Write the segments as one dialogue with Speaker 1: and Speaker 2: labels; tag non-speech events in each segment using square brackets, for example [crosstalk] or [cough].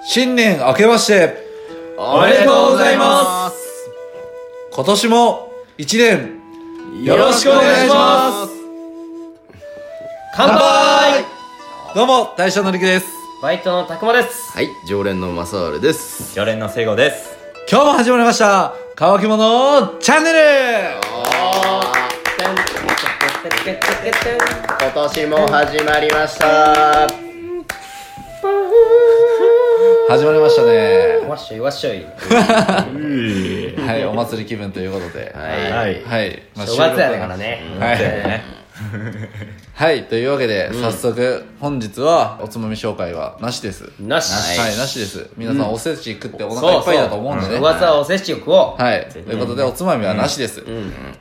Speaker 1: 新年明けましてお
Speaker 2: めでとうござい
Speaker 1: ます今年も一年
Speaker 3: よろしくお願いします
Speaker 2: 乾杯
Speaker 1: どうも大将のりきです
Speaker 2: バイトのたくまです
Speaker 3: はい常連のマサールです
Speaker 4: 常連の聖護です
Speaker 1: 今日も始まりました乾き物チャンネル
Speaker 3: 今年も始まりました
Speaker 1: 始まりましたね
Speaker 2: わっしょいわっしょい
Speaker 1: はいお祭り気分ということではい
Speaker 3: はい
Speaker 4: はい
Speaker 1: はいまあ
Speaker 2: 正月やからね
Speaker 1: はいはいというわけで早速本日はおつまみ紹介はなしです
Speaker 2: なし
Speaker 1: はいなしです皆さんおせち食ってお腹いっぱいだと思うんでね
Speaker 2: 正月はおせちを食おう
Speaker 1: はい、ということでおつまみはなしです、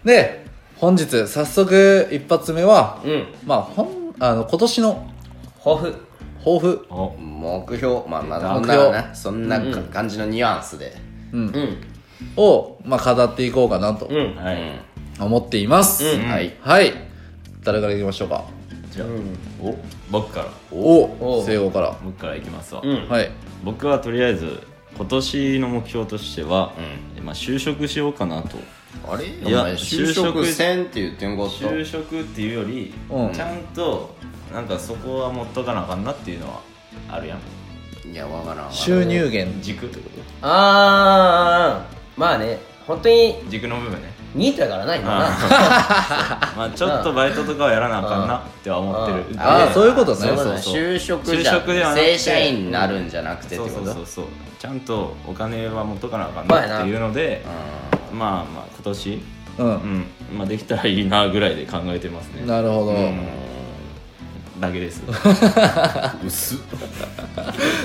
Speaker 1: で本日早速一発目は、
Speaker 2: うん
Speaker 1: まあほんあの今年の
Speaker 2: 抱負
Speaker 1: 抱負
Speaker 3: 目標まあまあそん
Speaker 1: 目
Speaker 3: な
Speaker 1: 標
Speaker 3: なそんなか感じのニュアンスで
Speaker 2: うん
Speaker 1: を、まあ、語っていこうかなと
Speaker 2: うん
Speaker 4: はい
Speaker 1: 思っています、
Speaker 3: はい
Speaker 1: はい誰からいきましょうか
Speaker 4: じゃあお僕から
Speaker 1: お
Speaker 2: お
Speaker 1: 西郷から、
Speaker 4: 僕からいきますわ、
Speaker 2: うん
Speaker 1: はい
Speaker 4: 僕はとりあえず今年の目標としては、まあ、就職しようかなと
Speaker 3: あれ
Speaker 4: いや
Speaker 3: お前就職せんって言ってんかっ
Speaker 4: 就職っていうより、
Speaker 1: うん
Speaker 4: ちゃんとなんかそこは持っとかなあかんなっていうのはあるやん
Speaker 3: たいやわからんわ
Speaker 1: 収入源
Speaker 4: 軸ってこと
Speaker 2: あーまあね本当に
Speaker 4: 軸の部分ね
Speaker 2: ニートやからないんだな
Speaker 4: まあちょっとバイトとかはやらなあかんなっては思ってる
Speaker 2: うん
Speaker 1: ああそういうことね
Speaker 3: そう
Speaker 1: そ
Speaker 3: そうう
Speaker 1: そう
Speaker 3: 就職じゃ
Speaker 4: 就職ではなくて
Speaker 3: 正社員になるんじゃなくてって
Speaker 4: そ
Speaker 3: こ
Speaker 4: う
Speaker 3: と
Speaker 4: そうそうそうちゃんとお金は持っとかなあかんなっていうので、まあまあ今年
Speaker 1: う、
Speaker 4: うんんまあできたらいいなぐらいで考えてますね
Speaker 1: なるほど、
Speaker 4: うんだけです
Speaker 3: [laughs] 薄っ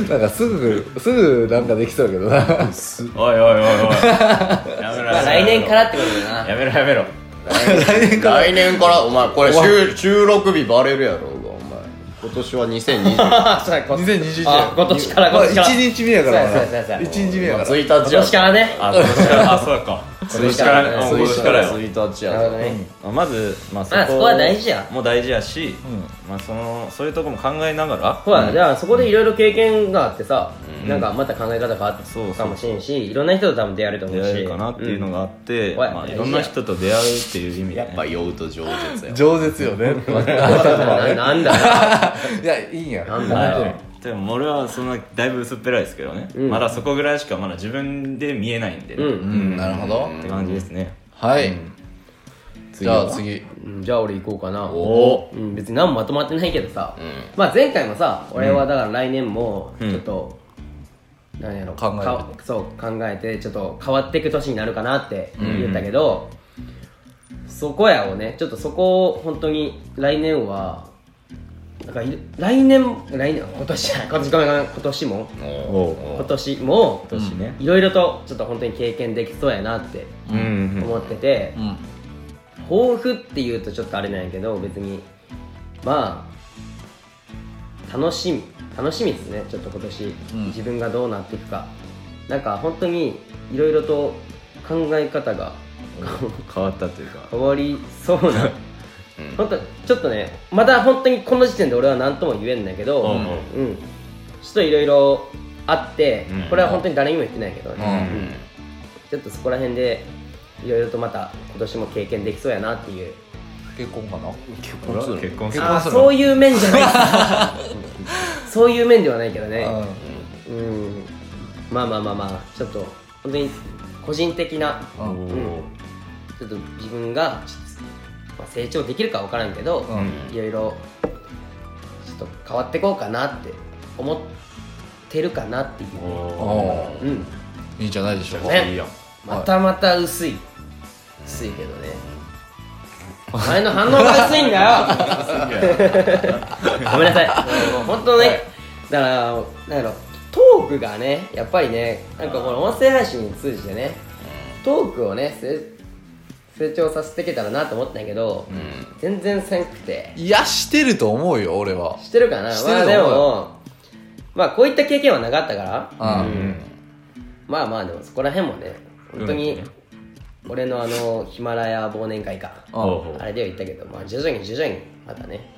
Speaker 1: なんかすぐすぐなんかできそうやけどな
Speaker 4: おいおいおいおいやめろ
Speaker 2: まあ来年からってことだな
Speaker 4: やめろや
Speaker 2: [laughs]
Speaker 4: めろ
Speaker 3: 来年から来年からお前これ収収録日バレるやろうがお前今年は2020
Speaker 2: [laughs] あそうやこ
Speaker 1: 2021
Speaker 2: あ今年から今年から
Speaker 1: まあ一日目やからな
Speaker 2: そうやそうやそうや
Speaker 1: 一日目やから
Speaker 3: 1日
Speaker 2: 今
Speaker 3: や
Speaker 2: 年からね
Speaker 4: あ今年からあそうか今年からね
Speaker 2: 今年からね
Speaker 4: あ今年からよ
Speaker 3: 1日
Speaker 2: なるほ
Speaker 3: や
Speaker 2: どね
Speaker 4: まあまずまあそ
Speaker 2: まあそこは大事や
Speaker 4: もう大事やしまあそのそういうとこも考えながら
Speaker 2: ほら、じゃあそこでいろいろ経験があってさ、なんかまた考え方があった
Speaker 4: そうそう
Speaker 2: かもしれんしいろんな人と多分出会えると思
Speaker 4: 出
Speaker 2: う
Speaker 4: 会
Speaker 2: し
Speaker 4: えるかなっていうのがあって
Speaker 2: うん
Speaker 4: まあいろんな人と出会うっていう意味で
Speaker 3: やっ
Speaker 4: ね
Speaker 3: ぱ酔うと上舌や
Speaker 1: 饒舌よね
Speaker 4: [laughs]
Speaker 2: ななんだ
Speaker 1: いやいいんや
Speaker 2: なん
Speaker 4: は
Speaker 2: だ
Speaker 4: い
Speaker 2: よ
Speaker 4: でも俺はそんなだいぶ薄っぺらいですけどね
Speaker 2: うん
Speaker 4: まだそこぐらいしかまだ自分で見えないんで
Speaker 2: う、
Speaker 1: うんんなるほど
Speaker 4: って感じですね
Speaker 1: はい、じゃあ次
Speaker 2: うんじゃあ俺行こうかな
Speaker 3: お
Speaker 2: うん、別に何もまとまってないけどさ、まあ前回もさ俺はだから来年もち
Speaker 4: うん
Speaker 2: ょっと、なんやろ
Speaker 1: 考える
Speaker 2: かそう考えてちょっと変わっていく年になるかなって言ったけど、そこやをねちょっとそこを本当に来年はなんかい来年来年今年じゃない今年ごめんごめん今年も
Speaker 4: お
Speaker 2: 今年も
Speaker 4: 今年ね
Speaker 2: いろいろとちょっと本当に経験できそうやなって
Speaker 4: うんうん
Speaker 2: 思ってて、
Speaker 1: うん
Speaker 2: 抱負っていうとちょっとあれなんやけど別にまあ楽しみ楽しみですねちょっと今年、
Speaker 1: うん
Speaker 2: 自分がどうなっていくかなんか本当にいろいろと考え方が
Speaker 4: 変わったというか
Speaker 2: 変わりそうな、本当ちょっとねまだ本当にこの時点で俺は何とも言えんだけど、
Speaker 4: うん
Speaker 2: うんちょっといろいろあって、
Speaker 4: うん
Speaker 2: これは本当に誰にも言ってないけど、ね
Speaker 3: うん
Speaker 2: ちょっとそこら辺でいろいろとまた今年も経験できそうやなっていう
Speaker 1: 結婚かな
Speaker 3: 結婚する
Speaker 4: 結婚す
Speaker 1: 結
Speaker 4: る
Speaker 1: 婚
Speaker 2: あ
Speaker 1: するの
Speaker 2: そういう面じゃ [laughs] ないそういう面ではないけどねうんまあまあまあまあちょっと本当に個人的な
Speaker 1: うんうん
Speaker 2: うんちょっと自分がちょっとまあ成長できるか分からんけど
Speaker 1: うん
Speaker 2: いろいろちょっと変わってこうかなって思ってるかなっていう
Speaker 1: おー
Speaker 2: うん
Speaker 1: いいんじゃないでしょうか
Speaker 2: ね
Speaker 4: いいやん
Speaker 2: またまた薄い薄いけどねお前の反応が薄いん [laughs] だよごめんなさいもう本当ね、だからなんやろトークがねやっぱりねなんかこの音声配信に通じてねトークをねせ成長させていけたらなと思ったんやけど、全然せんくて
Speaker 1: いやしてると思うよ俺は
Speaker 2: してるかな
Speaker 1: してると
Speaker 2: まあで
Speaker 1: 思う
Speaker 2: もまあこういった経験はなかったから
Speaker 1: うん
Speaker 2: まあまあでもそこら辺もね本当に俺のあのヒマラヤ忘年会か
Speaker 1: うん
Speaker 4: おう
Speaker 2: あれでは言ったけどまあ徐々に徐々にまたね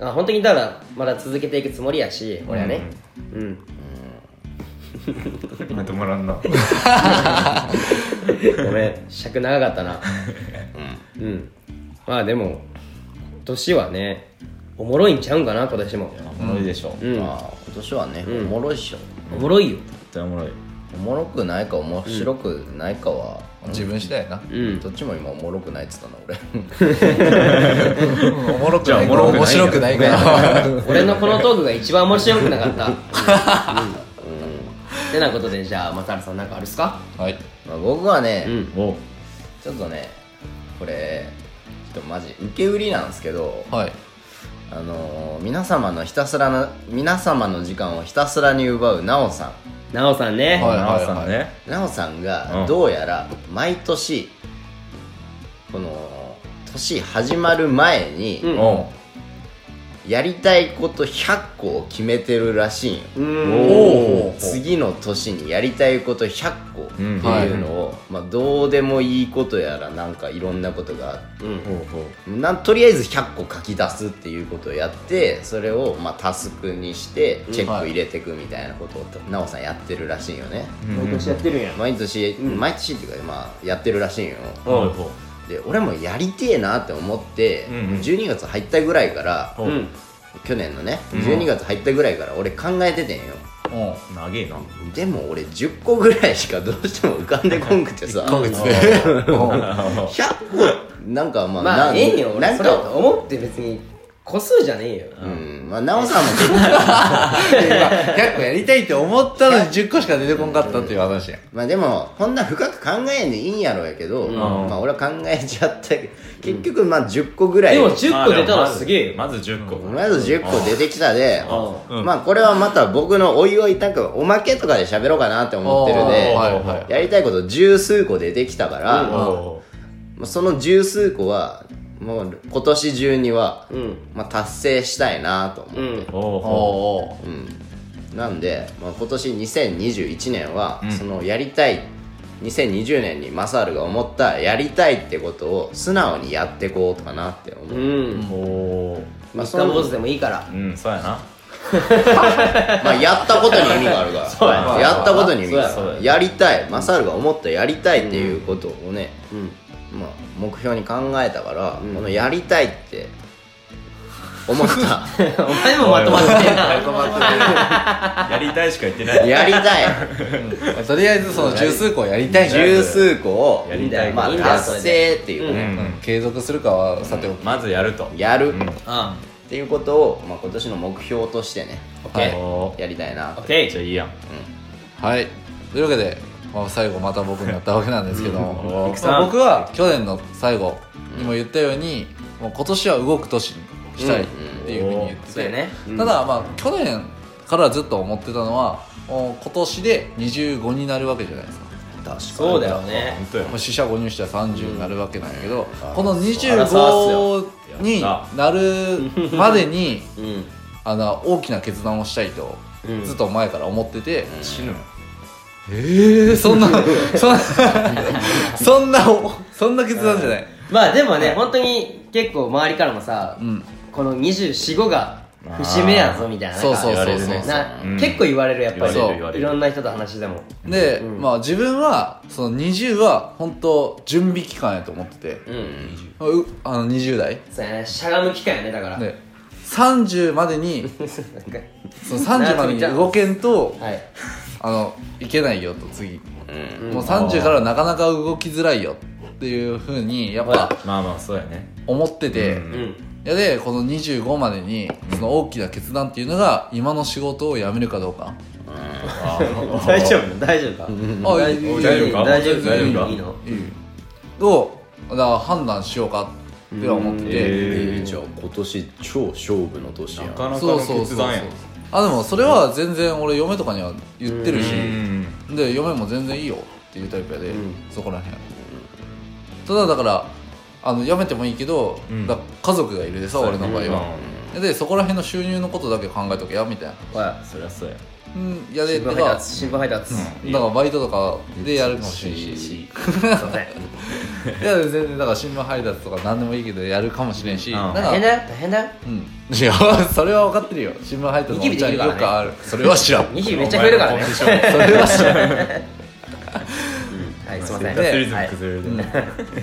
Speaker 4: うん
Speaker 2: あ本当にだからまだ続けていくつもりやし俺はねうん、
Speaker 4: 止めてもらんな
Speaker 2: ごめん尺長かった
Speaker 1: [laughs]
Speaker 2: なうん、まあでも今年はねおもろいんちゃうんかな今年も
Speaker 3: おもろいでしょ、
Speaker 2: うん
Speaker 3: まあ今年はね、
Speaker 2: うん
Speaker 3: おもろいっしょ
Speaker 2: おもろいよ
Speaker 4: 絶対おもろい
Speaker 3: おもろくないか面白くないかは、
Speaker 1: 自分次第やな
Speaker 2: うん
Speaker 3: どっちも今おもろくないっつったな俺 [laughs]
Speaker 1: おもろく
Speaker 4: じゃあ
Speaker 1: ない
Speaker 4: おもろくない
Speaker 1: 面白くないから
Speaker 2: 俺のこのトークが一番面白くなかった、うんてなことでじゃあ松原さんなんかあるっすか
Speaker 1: はい
Speaker 3: まあ僕はね、
Speaker 2: うん
Speaker 4: お
Speaker 3: ちょっとねこれちょっとマジ受け売りなんですけど、
Speaker 1: はい
Speaker 3: あのー皆様のひたすらな皆様の時間をひたすらに奪うなおさ
Speaker 2: なおさんね、
Speaker 1: はい
Speaker 4: 奈緒さんね
Speaker 3: んなおさん
Speaker 4: う
Speaker 3: が
Speaker 4: ん
Speaker 3: どうやら毎年この年始まる前に、
Speaker 2: うん
Speaker 4: おう
Speaker 3: やりたいこと100個を決めてるらしいんよ
Speaker 2: うん
Speaker 1: おー
Speaker 3: 次の年にやりたいこと100個って
Speaker 4: うん
Speaker 3: いうのを、まあ、どうでもいいことやらなんかいろんなことがあって
Speaker 2: うん
Speaker 4: ほうほう
Speaker 3: なんとりあえず100個書き出すっていうことをやってそれをまあタスクにしてチェック入れていくみたいなことを奈緒さんやってるらしいよね
Speaker 2: 毎年やってるんや
Speaker 3: 毎年、毎年っていうかまあやってるらしいよ
Speaker 4: ほうほ
Speaker 3: で俺もやりてえなって思って、
Speaker 4: うんうん
Speaker 3: 12月入ったぐらいから
Speaker 4: う
Speaker 2: う
Speaker 4: ほうん
Speaker 3: 去年のね12月入ったぐらいから俺考えててんよ
Speaker 1: うん
Speaker 4: 長えな
Speaker 3: でも俺10個ぐらいしかどうしても浮かんでこんくてさ
Speaker 1: 1ヶ月でうん
Speaker 3: 100個なんかまあ
Speaker 2: ま
Speaker 3: な
Speaker 2: あええんよ
Speaker 3: な
Speaker 2: 俺
Speaker 3: ん
Speaker 2: それ
Speaker 3: か
Speaker 2: 思って別に個数じゃねえよ
Speaker 3: うんまあ奈緒さんも結構
Speaker 1: 100個やりたいって思ったのに10個しか出てこんかったっていう話や
Speaker 3: まあでもこんな深く考えんでいいんやろうやけど、まあ俺は考えちゃったけど結局まあ10個ぐらい、
Speaker 2: でも
Speaker 3: と
Speaker 2: 10個出たらすげえよ
Speaker 4: まず10個
Speaker 3: りあえず10個出てきたで
Speaker 4: うん
Speaker 3: まあこれはまた僕のおいおいなんかおまけとかで喋ろうかなって思ってる
Speaker 1: おー
Speaker 3: で
Speaker 1: はいはい
Speaker 3: やりたいこと十数個出てきたから、
Speaker 2: うん
Speaker 3: ま
Speaker 4: お
Speaker 3: あ
Speaker 4: う
Speaker 3: その十数個はもう今年中には、
Speaker 2: うん
Speaker 3: まあ、達成したいなと思って、
Speaker 2: うん
Speaker 4: おう
Speaker 1: お
Speaker 4: ほ
Speaker 1: お
Speaker 3: なんで、まあ、今年2021年は、そのやりたい2020年にマサールが思ったやりたいってことを素直にやってこうかなって思う、
Speaker 2: うん
Speaker 4: うおう
Speaker 3: まあ
Speaker 2: 三
Speaker 3: そ
Speaker 2: 日
Speaker 3: の
Speaker 2: 坊主でもいいから
Speaker 4: うんそうや
Speaker 2: [laughs]
Speaker 4: な
Speaker 3: まあやったことに意味があるから
Speaker 2: [laughs] そうや
Speaker 3: はいやったことに意味が
Speaker 2: そ
Speaker 3: あ
Speaker 2: う
Speaker 3: る
Speaker 2: や
Speaker 3: やりたいマサールが思ったやりたいっていうことをね、
Speaker 2: うん
Speaker 3: まあ、目標に考えたから、このやりたいって思った [laughs]
Speaker 2: [laughs] お前もまとまってんな
Speaker 4: やりたいしか言ってない
Speaker 3: やりたい
Speaker 1: とりあえずその十数個やりたいんだ
Speaker 3: 十数個を
Speaker 4: やりたい
Speaker 3: まあ、達成っていう
Speaker 4: う
Speaker 3: ね、
Speaker 4: ん
Speaker 1: 継続するかはさておき
Speaker 4: まずやると
Speaker 3: やる、
Speaker 2: あ
Speaker 3: っていうことを、まあ、今年の目標としてね、
Speaker 1: はい
Speaker 4: おう
Speaker 3: やりたいな
Speaker 2: オ
Speaker 3: と
Speaker 2: ッ
Speaker 4: めっ
Speaker 2: ケ
Speaker 4: ちゃいいやん
Speaker 1: はいというわけで、まあ、最後また僕になったわけなんですけども、
Speaker 4: うん
Speaker 1: まあ僕は去年の最後にも言ったように、もう今年は動く年にしたいっていうふうに言って
Speaker 2: ー
Speaker 1: て、
Speaker 2: そうやね
Speaker 1: ただまあ去年からずっと思ってたのはもう今年で25になるわけじゃないですか
Speaker 3: 確かに
Speaker 2: そうだよね
Speaker 4: 本当や
Speaker 1: もう死者5入したら30になるわけなんやけど、
Speaker 3: うん
Speaker 1: この25になるまでに
Speaker 2: うん
Speaker 1: あの大きな決断をしたいと
Speaker 2: うん
Speaker 1: ずっと前から思ってて、
Speaker 4: 死ぬ
Speaker 1: えー、そんなそんなそんなそんな決断じゃない、
Speaker 2: まあでもね本当に結構周りからもさ
Speaker 1: うん、
Speaker 2: この245が節目やぞみたいな
Speaker 1: そうそう
Speaker 4: 言
Speaker 1: そ
Speaker 4: わ
Speaker 1: う
Speaker 4: れ
Speaker 1: そう
Speaker 4: るね
Speaker 2: な
Speaker 4: うん
Speaker 2: 結構言われるやっぱり
Speaker 1: 言われる
Speaker 4: 言われ
Speaker 2: い
Speaker 4: る
Speaker 2: ろんな人と話でも
Speaker 1: で、
Speaker 2: うん
Speaker 1: まあ自分はその20は本当準備期間やと思ってて、
Speaker 2: うん
Speaker 1: うあの20代
Speaker 2: そうやねしゃがむ機会やねだから
Speaker 1: で30までに
Speaker 2: なんか
Speaker 1: その30までに動けんと
Speaker 2: はい
Speaker 1: あのいけないよと次、
Speaker 2: ん
Speaker 1: もう30からはなかなか動きづらいよっていうふうにやっぱ
Speaker 4: まあまあそうやね
Speaker 1: 思ってて、
Speaker 4: うん
Speaker 2: うん
Speaker 1: いやでこの25までにその大きな決断っていうのが今の仕事を辞めるかどうか、
Speaker 2: [laughs] 大丈夫大丈夫か
Speaker 1: あ
Speaker 2: 大
Speaker 1: いい
Speaker 4: 大丈夫か
Speaker 2: 大丈夫
Speaker 4: 大丈夫か
Speaker 2: いいの
Speaker 1: をだから判断しようかって思ってて、
Speaker 4: え
Speaker 3: じゃあ今年超勝負の年や
Speaker 4: なんかなか
Speaker 1: そう
Speaker 4: の
Speaker 1: そうそうそ
Speaker 4: 決
Speaker 1: う
Speaker 4: 断やん
Speaker 1: あでもそれは全然俺嫁とかには言ってるし、
Speaker 4: うん
Speaker 1: で嫁も全然いいよっていうタイプやで、そこらへんただだからあの辞めてもいいけど、
Speaker 4: うん
Speaker 1: だ家族がいるでさ、
Speaker 4: そう
Speaker 1: 俺
Speaker 4: やね
Speaker 1: の場合は、でそこら辺の収入のことだけ考えとけやみたいな
Speaker 2: は
Speaker 4: そりゃそうや
Speaker 1: うんいやで
Speaker 2: 新聞
Speaker 1: だ
Speaker 2: 配
Speaker 1: から
Speaker 2: 達新聞配達す
Speaker 1: だからバイトとかでやるかもしれないし
Speaker 4: し
Speaker 2: いません
Speaker 1: いや全然だから新聞配達とか何でもいいけどやるかもしれんし、
Speaker 4: うん
Speaker 1: なん
Speaker 2: 大変
Speaker 1: か
Speaker 2: だよ大変だよ
Speaker 1: うんいや [laughs] それは分かってるよ新聞配達のおっちゃんよくあ [laughs] るそれは知らん
Speaker 2: ニキビめっちゃ増えるからね
Speaker 4: お前のコンディシ
Speaker 2: それは知らないはいすいま [laughs] せん
Speaker 1: で
Speaker 4: ツリズム崩れる
Speaker 1: うん
Speaker 4: で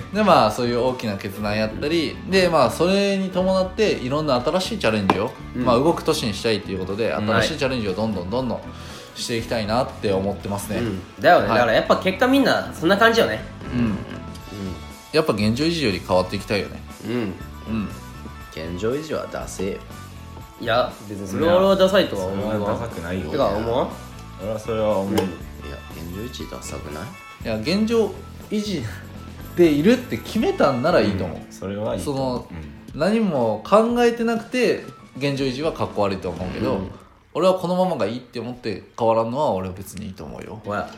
Speaker 1: [laughs] でまあそういう大きな決断やったりでまあそれに伴っていろんな新しいチャレンジを、まあ、動く年にしたいっていうことで
Speaker 2: ん
Speaker 1: 新しいチャレンジをどんどんどんどんしていきたいなって思ってますね、
Speaker 3: うん
Speaker 2: だよね
Speaker 1: はい
Speaker 2: だからやっぱ結果みんなそんな感じよね
Speaker 1: やっぱ現状維持より変わっていきたいよね
Speaker 3: うん
Speaker 1: うん
Speaker 3: 現状維持は出せよ
Speaker 2: いや別にそれは俺はダサいとは
Speaker 4: それ
Speaker 2: 思う
Speaker 4: はダ
Speaker 2: わ
Speaker 4: サくないよ
Speaker 2: てか思わん
Speaker 4: 俺はそれは思う
Speaker 3: いや現状維持ダサくない
Speaker 1: いや現状維持でいるって決めたんならいいと思う、
Speaker 4: それはいい
Speaker 1: その
Speaker 4: うん
Speaker 1: 何も考えてなくて現状維持はかっこ悪いと思うけど、俺はこのままがいいって思って変わらんのは俺は別にいいと思うよ
Speaker 2: ほら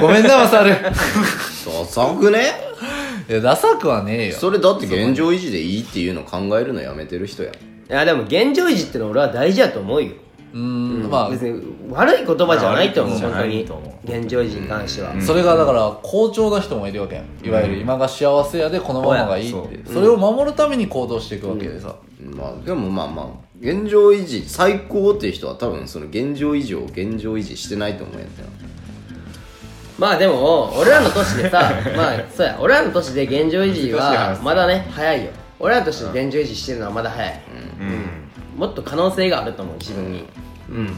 Speaker 1: ごめんなマサルい
Speaker 3: ダサくね
Speaker 1: やダサくはねえよ
Speaker 3: それだって現状維持でいいっていうの考えるのやめてる人や
Speaker 2: いやでも現状維持ってのは俺は大事やと思うよ
Speaker 1: うーんま
Speaker 2: 別に悪い言葉じゃないと思う
Speaker 4: まあ
Speaker 2: 本当
Speaker 4: 悪い
Speaker 2: に
Speaker 4: 言葉じゃないと思
Speaker 2: 現状維持に関しては
Speaker 1: あそれがだから好調な人もいるわけやんいわゆる今が幸せやでこのままがいいってそれを守るために行動していくわけでさ、
Speaker 3: まあでもまあまあ現状維持最高っていう人は多分その現状維持を現状維持してないと思うやったよ
Speaker 2: まあでも俺らの年でさまあそうや俺らの年で現状維持はまだね早いよ俺らの年で現状維持してるのはまだ早い、
Speaker 4: うん
Speaker 2: もっと可能性があると思う自分にうん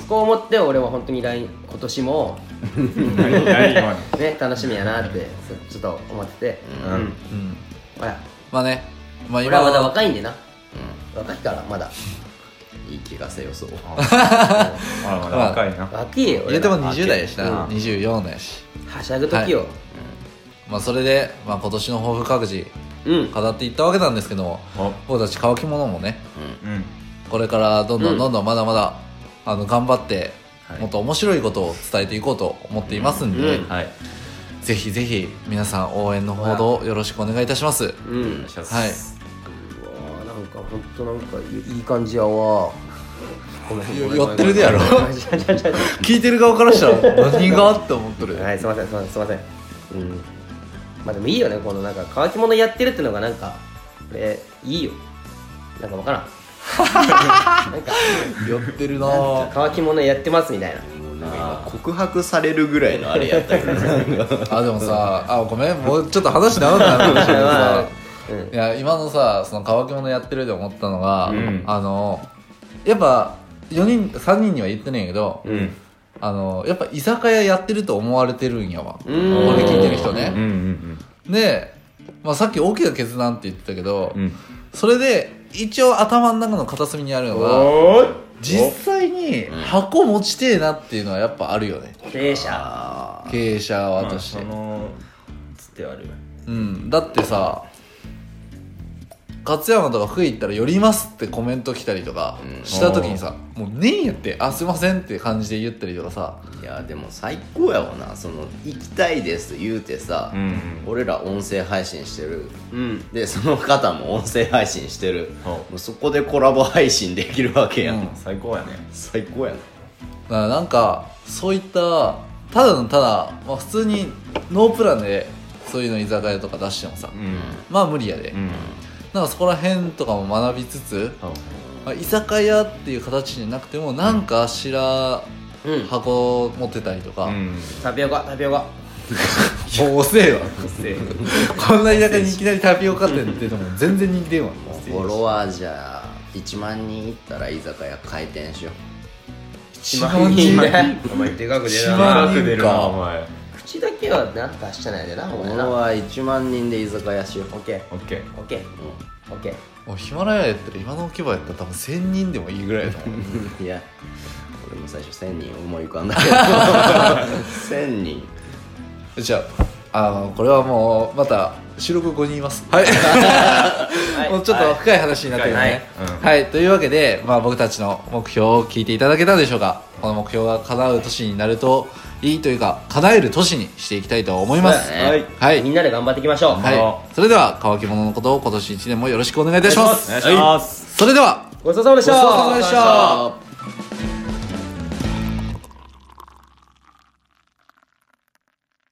Speaker 2: そこを思って俺は本当に来今年も
Speaker 4: 何何今の
Speaker 2: ね楽しみやなってそちょっと思っててうん、
Speaker 1: うん、
Speaker 2: ほら
Speaker 1: まあねまあ
Speaker 2: 俺はまだ
Speaker 1: は
Speaker 2: 若いんでな、若いからまだ
Speaker 3: いい気がせよそう
Speaker 4: あまだ若いな
Speaker 2: 若いよ
Speaker 1: 入れても
Speaker 2: 俺ら
Speaker 1: 20代やしな、
Speaker 4: うん
Speaker 1: 24代やし
Speaker 2: はしゃぐ時を、
Speaker 1: まあそれで、まあ、今年の抱負各自
Speaker 2: うん
Speaker 1: 語っていったわけなんですけども
Speaker 4: お
Speaker 1: 僕たち乾き物もね
Speaker 4: うん
Speaker 1: これからどんどんどんどんまだまだ、あの頑張って、
Speaker 4: はい
Speaker 1: もっと面白いことを伝えていこうと思っていますんで、
Speaker 2: うん
Speaker 4: はい
Speaker 1: ぜひぜひ皆さん応援のほどよろしくお願いいたします
Speaker 2: うん
Speaker 4: お願いします
Speaker 1: はい
Speaker 2: わあなんかほんとなんかいいい感じやわごめんごめん
Speaker 1: やってるでやろ
Speaker 2: ごめんごめん違う違う違う
Speaker 1: 聞いてる側からしたら何がって思っとる
Speaker 2: はいすいませんすいませんすいませんうんまあでもいいよねこのなんか乾き物やってるってのがなんかこれいいよなんかわからんなんか
Speaker 1: やってるなぁ
Speaker 2: 乾き物やってますみたいな
Speaker 3: もうなんか今告白されるぐらいのあれやったけどなんか
Speaker 1: あでもさあごめんもうちょっと話長くなるかもしれないけどさ
Speaker 4: [laughs]
Speaker 1: いや今のさその乾き物やってるで思ったのが、
Speaker 4: ん
Speaker 1: あのやっぱ4人3人には言ってないけど、
Speaker 4: うん
Speaker 1: あのやっぱ居酒屋やってると思われてるんやわ
Speaker 2: うーん
Speaker 1: 俺聞いてる人
Speaker 4: うんう
Speaker 1: ね、
Speaker 4: ん
Speaker 1: で、まあ、さっき大きな決断って言ってたけど、
Speaker 4: うんうん
Speaker 1: それで一応頭の中の片隅にあるのが
Speaker 4: おー
Speaker 1: 実際に箱持ちてえなっていうのはやっぱあるよね
Speaker 2: 経営者
Speaker 1: 経営者は
Speaker 4: まあ
Speaker 1: 私、
Speaker 4: そのつってある
Speaker 1: うんだってさ勝山とか福井行ったら「寄ります」ってコメント来たりとかした時にさ、もう「ねえよ」って「あすいません」って感じで言ったりとかさ
Speaker 3: いやでも最高やわなその行きたいです言うてさ、
Speaker 4: うん
Speaker 3: 俺ら音声配信してる
Speaker 2: うん
Speaker 3: でその方も音声配信してる
Speaker 4: はい
Speaker 3: もうそこでコラボ配信できるわけやん、
Speaker 1: うん
Speaker 4: 最高やね
Speaker 3: 最高やな
Speaker 1: だからなんかそういったただのただ、まあ、普通にノープランでそういうの居酒屋とか出してもさ、
Speaker 4: うん
Speaker 1: まあ無理やで、
Speaker 4: うん
Speaker 1: なんかそこら辺とかも学びつつ、まあ、居酒屋っていう形じゃなくてもなんかしら
Speaker 2: うん
Speaker 1: 箱持ってたりとか、
Speaker 4: うん
Speaker 2: タピオカタピオカ
Speaker 1: もう遅えわ
Speaker 4: せ
Speaker 1: こんな田舎にいきなりタピオカ店ってでも全然人気出んわ
Speaker 3: もうフォロワーじゃあ1万人いったら居酒屋開店しよ
Speaker 1: 一番人気
Speaker 2: お前でかく
Speaker 1: 出
Speaker 2: 出
Speaker 1: る
Speaker 2: る
Speaker 1: な
Speaker 2: な
Speaker 4: 長く出るなお前
Speaker 2: 口だけはなんかしてないでな
Speaker 3: う
Speaker 2: お
Speaker 3: フ
Speaker 2: 前
Speaker 3: ォ
Speaker 2: な
Speaker 3: ロ
Speaker 2: オ
Speaker 3: ワー1万人で居酒屋しよう
Speaker 2: ッケー
Speaker 4: オッケー
Speaker 2: オッケーオッケー
Speaker 1: もうヒマラヤやったら今の置き場やったら多分1000人でもいいぐらいだと思う
Speaker 3: いや俺も最初1000人思い浮かんだけど1000人
Speaker 1: じゃああのこれはもうまた収録5人います [laughs] はい
Speaker 2: はい
Speaker 1: もうちょっと深い話になってるね、は
Speaker 2: はいい
Speaker 1: というわけで、まあ、僕たちの目標を聞いていただけたでしょうかこの目標が叶う年になるといいというか叶える年にしていきたいと思います、
Speaker 2: そう
Speaker 3: だね
Speaker 4: はい
Speaker 1: はい、
Speaker 2: みんなで頑張っていきましょう
Speaker 1: はい、それでは乾き物のことを今年1年もよろしくお願いいたします
Speaker 4: お願いします
Speaker 1: それでは
Speaker 2: ごちそうさまでした
Speaker 1: ごちそうさまでした
Speaker 3: あ